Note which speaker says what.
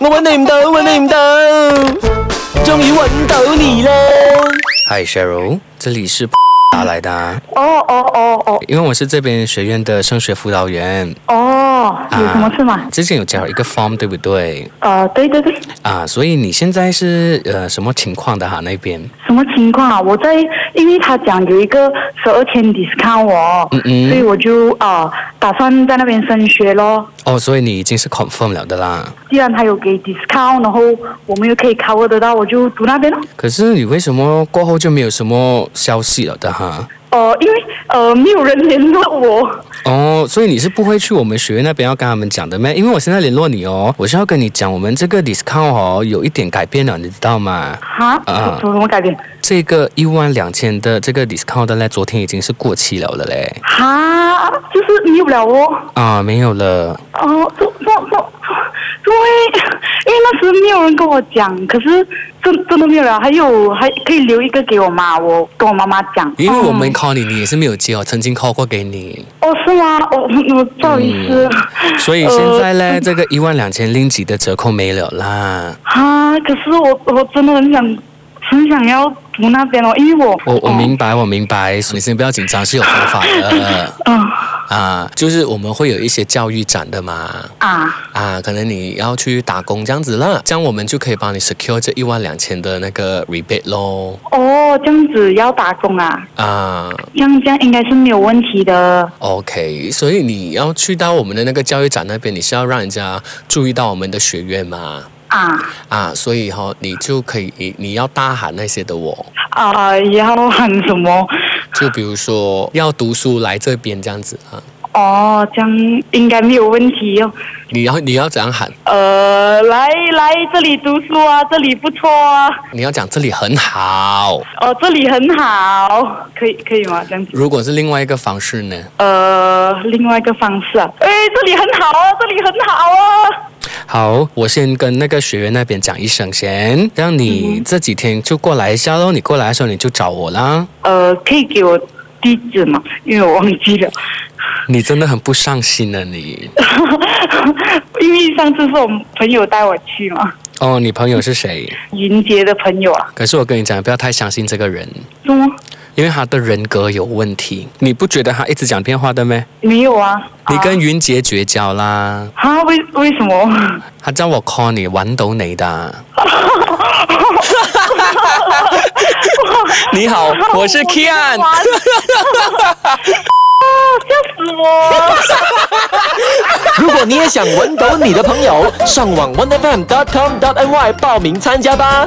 Speaker 1: 我揾你唔到，揾你唔到，終於揾到你啦！
Speaker 2: 嗨 Cheryl，这里是 打来的啊，
Speaker 3: 哦哦哦哦
Speaker 2: 因为我是这边学院的升学辅导员，
Speaker 3: 哦，有什么事吗？
Speaker 2: 之前有交了一个 form，对不对？
Speaker 3: 呃，对对对，
Speaker 2: 啊，所以你现在是呃什么情况的哈、那边？
Speaker 3: 什么情况啊？我在，因为他讲有一个十二天 discount 哦，
Speaker 2: 嗯嗯
Speaker 3: 所以我就呃打算在那边升学咯。
Speaker 2: 哦，所以你已经是 confirm 了的啦。
Speaker 3: 既然他有给 discount，然后我们又可以 cover 得到，我就读那边咯。
Speaker 2: 可是你为什么过后就没有什么消息了的哈？
Speaker 3: 呃，因为呃没有人联络我。
Speaker 2: 哦，所以你是不会去我们学院那边要跟他们讲的咩？因为我现在联络你哦，我是要跟你讲，我们这个 discount 哦有一点改变了，你知道吗？
Speaker 3: 哈？
Speaker 2: 啊
Speaker 3: 什么什么改变？
Speaker 2: 这个一万两千的这个 discount 的嘞，昨天已经是过期了的嘞。
Speaker 3: 哈？就是没有了哦。
Speaker 2: 啊，没有了。
Speaker 3: 哦，这这这，因为因为那时没有人跟我讲，可是真真的没有了。还有还可以留一个给我妈，我跟我妈妈讲。
Speaker 2: 因为我们 call 你，你也是没有接哦，曾经 call 过给你，
Speaker 3: 哦，是吗？我我我不好意思。
Speaker 2: 嗯所以现在嘞，
Speaker 3: 呃
Speaker 2: 这个一万两千零几的折扣没了啦。
Speaker 3: 哈，啊可是我我真的很想很想要读那边哦，因为我
Speaker 2: 我我明白，我明白，所以先不要紧张，是有方法的
Speaker 3: 嗯、
Speaker 2: 啊，就是我们会有一些教育展的嘛。
Speaker 3: 啊，
Speaker 2: 啊，可能你要去打工这样子啦，这样我们就可以帮你 secure 这一万两千的那个 rebate 咯。
Speaker 3: 哦，这样子要打工啊，
Speaker 2: 啊
Speaker 3: 这样这样应该是没有问题的。
Speaker 2: ，OK，所以你要去到我们的那个教育展那边，你是要让人家注意到我们的学院嘛？
Speaker 3: 啊
Speaker 2: 啊，所以哈、你就可以，你你要大喊那些的哦，
Speaker 3: 啊，要喊什么？
Speaker 2: 就比如说要读书来这边这样子啊，
Speaker 3: 哦，这样应该没有问题哦。
Speaker 2: 你要你要怎样喊？
Speaker 3: 呃，来来这里读书啊，这里不错啊，
Speaker 2: 你要讲这里很好。
Speaker 3: 哦，这里很好，可以可以吗？这样子。
Speaker 2: 如果是另外一个方式呢？
Speaker 3: 呃，另外一个方式啊，哎，这里很好啊，这里很好啊。
Speaker 2: 好，我先跟那个学员那边讲一声先，让你这几天就过来一下喽。你过来的时候你就找我啦。
Speaker 3: 呃，可以给我地址吗？因为我忘记了，
Speaker 2: 你真的很不上心呢，你。
Speaker 3: 因为上次是我们朋友带我去嘛，
Speaker 2: 哦，你朋友是谁？
Speaker 3: 云杰的朋友啊，
Speaker 2: 可是我跟你讲，不要太相信这个人，
Speaker 3: 什么？
Speaker 2: 因为他的人格有问题。你不觉得他一直讲电话的咩？
Speaker 3: 没有啊。
Speaker 2: 你跟
Speaker 3: 啊
Speaker 2: 云杰绝交啦！
Speaker 3: 啊为为什么？
Speaker 2: 他叫我 call 你，玩抖你的。你好，我是 Kian。
Speaker 3: 玩笑死我！
Speaker 1: 如果你也想揾到你的朋友，上网 onefm.com.ny 报名参加吧。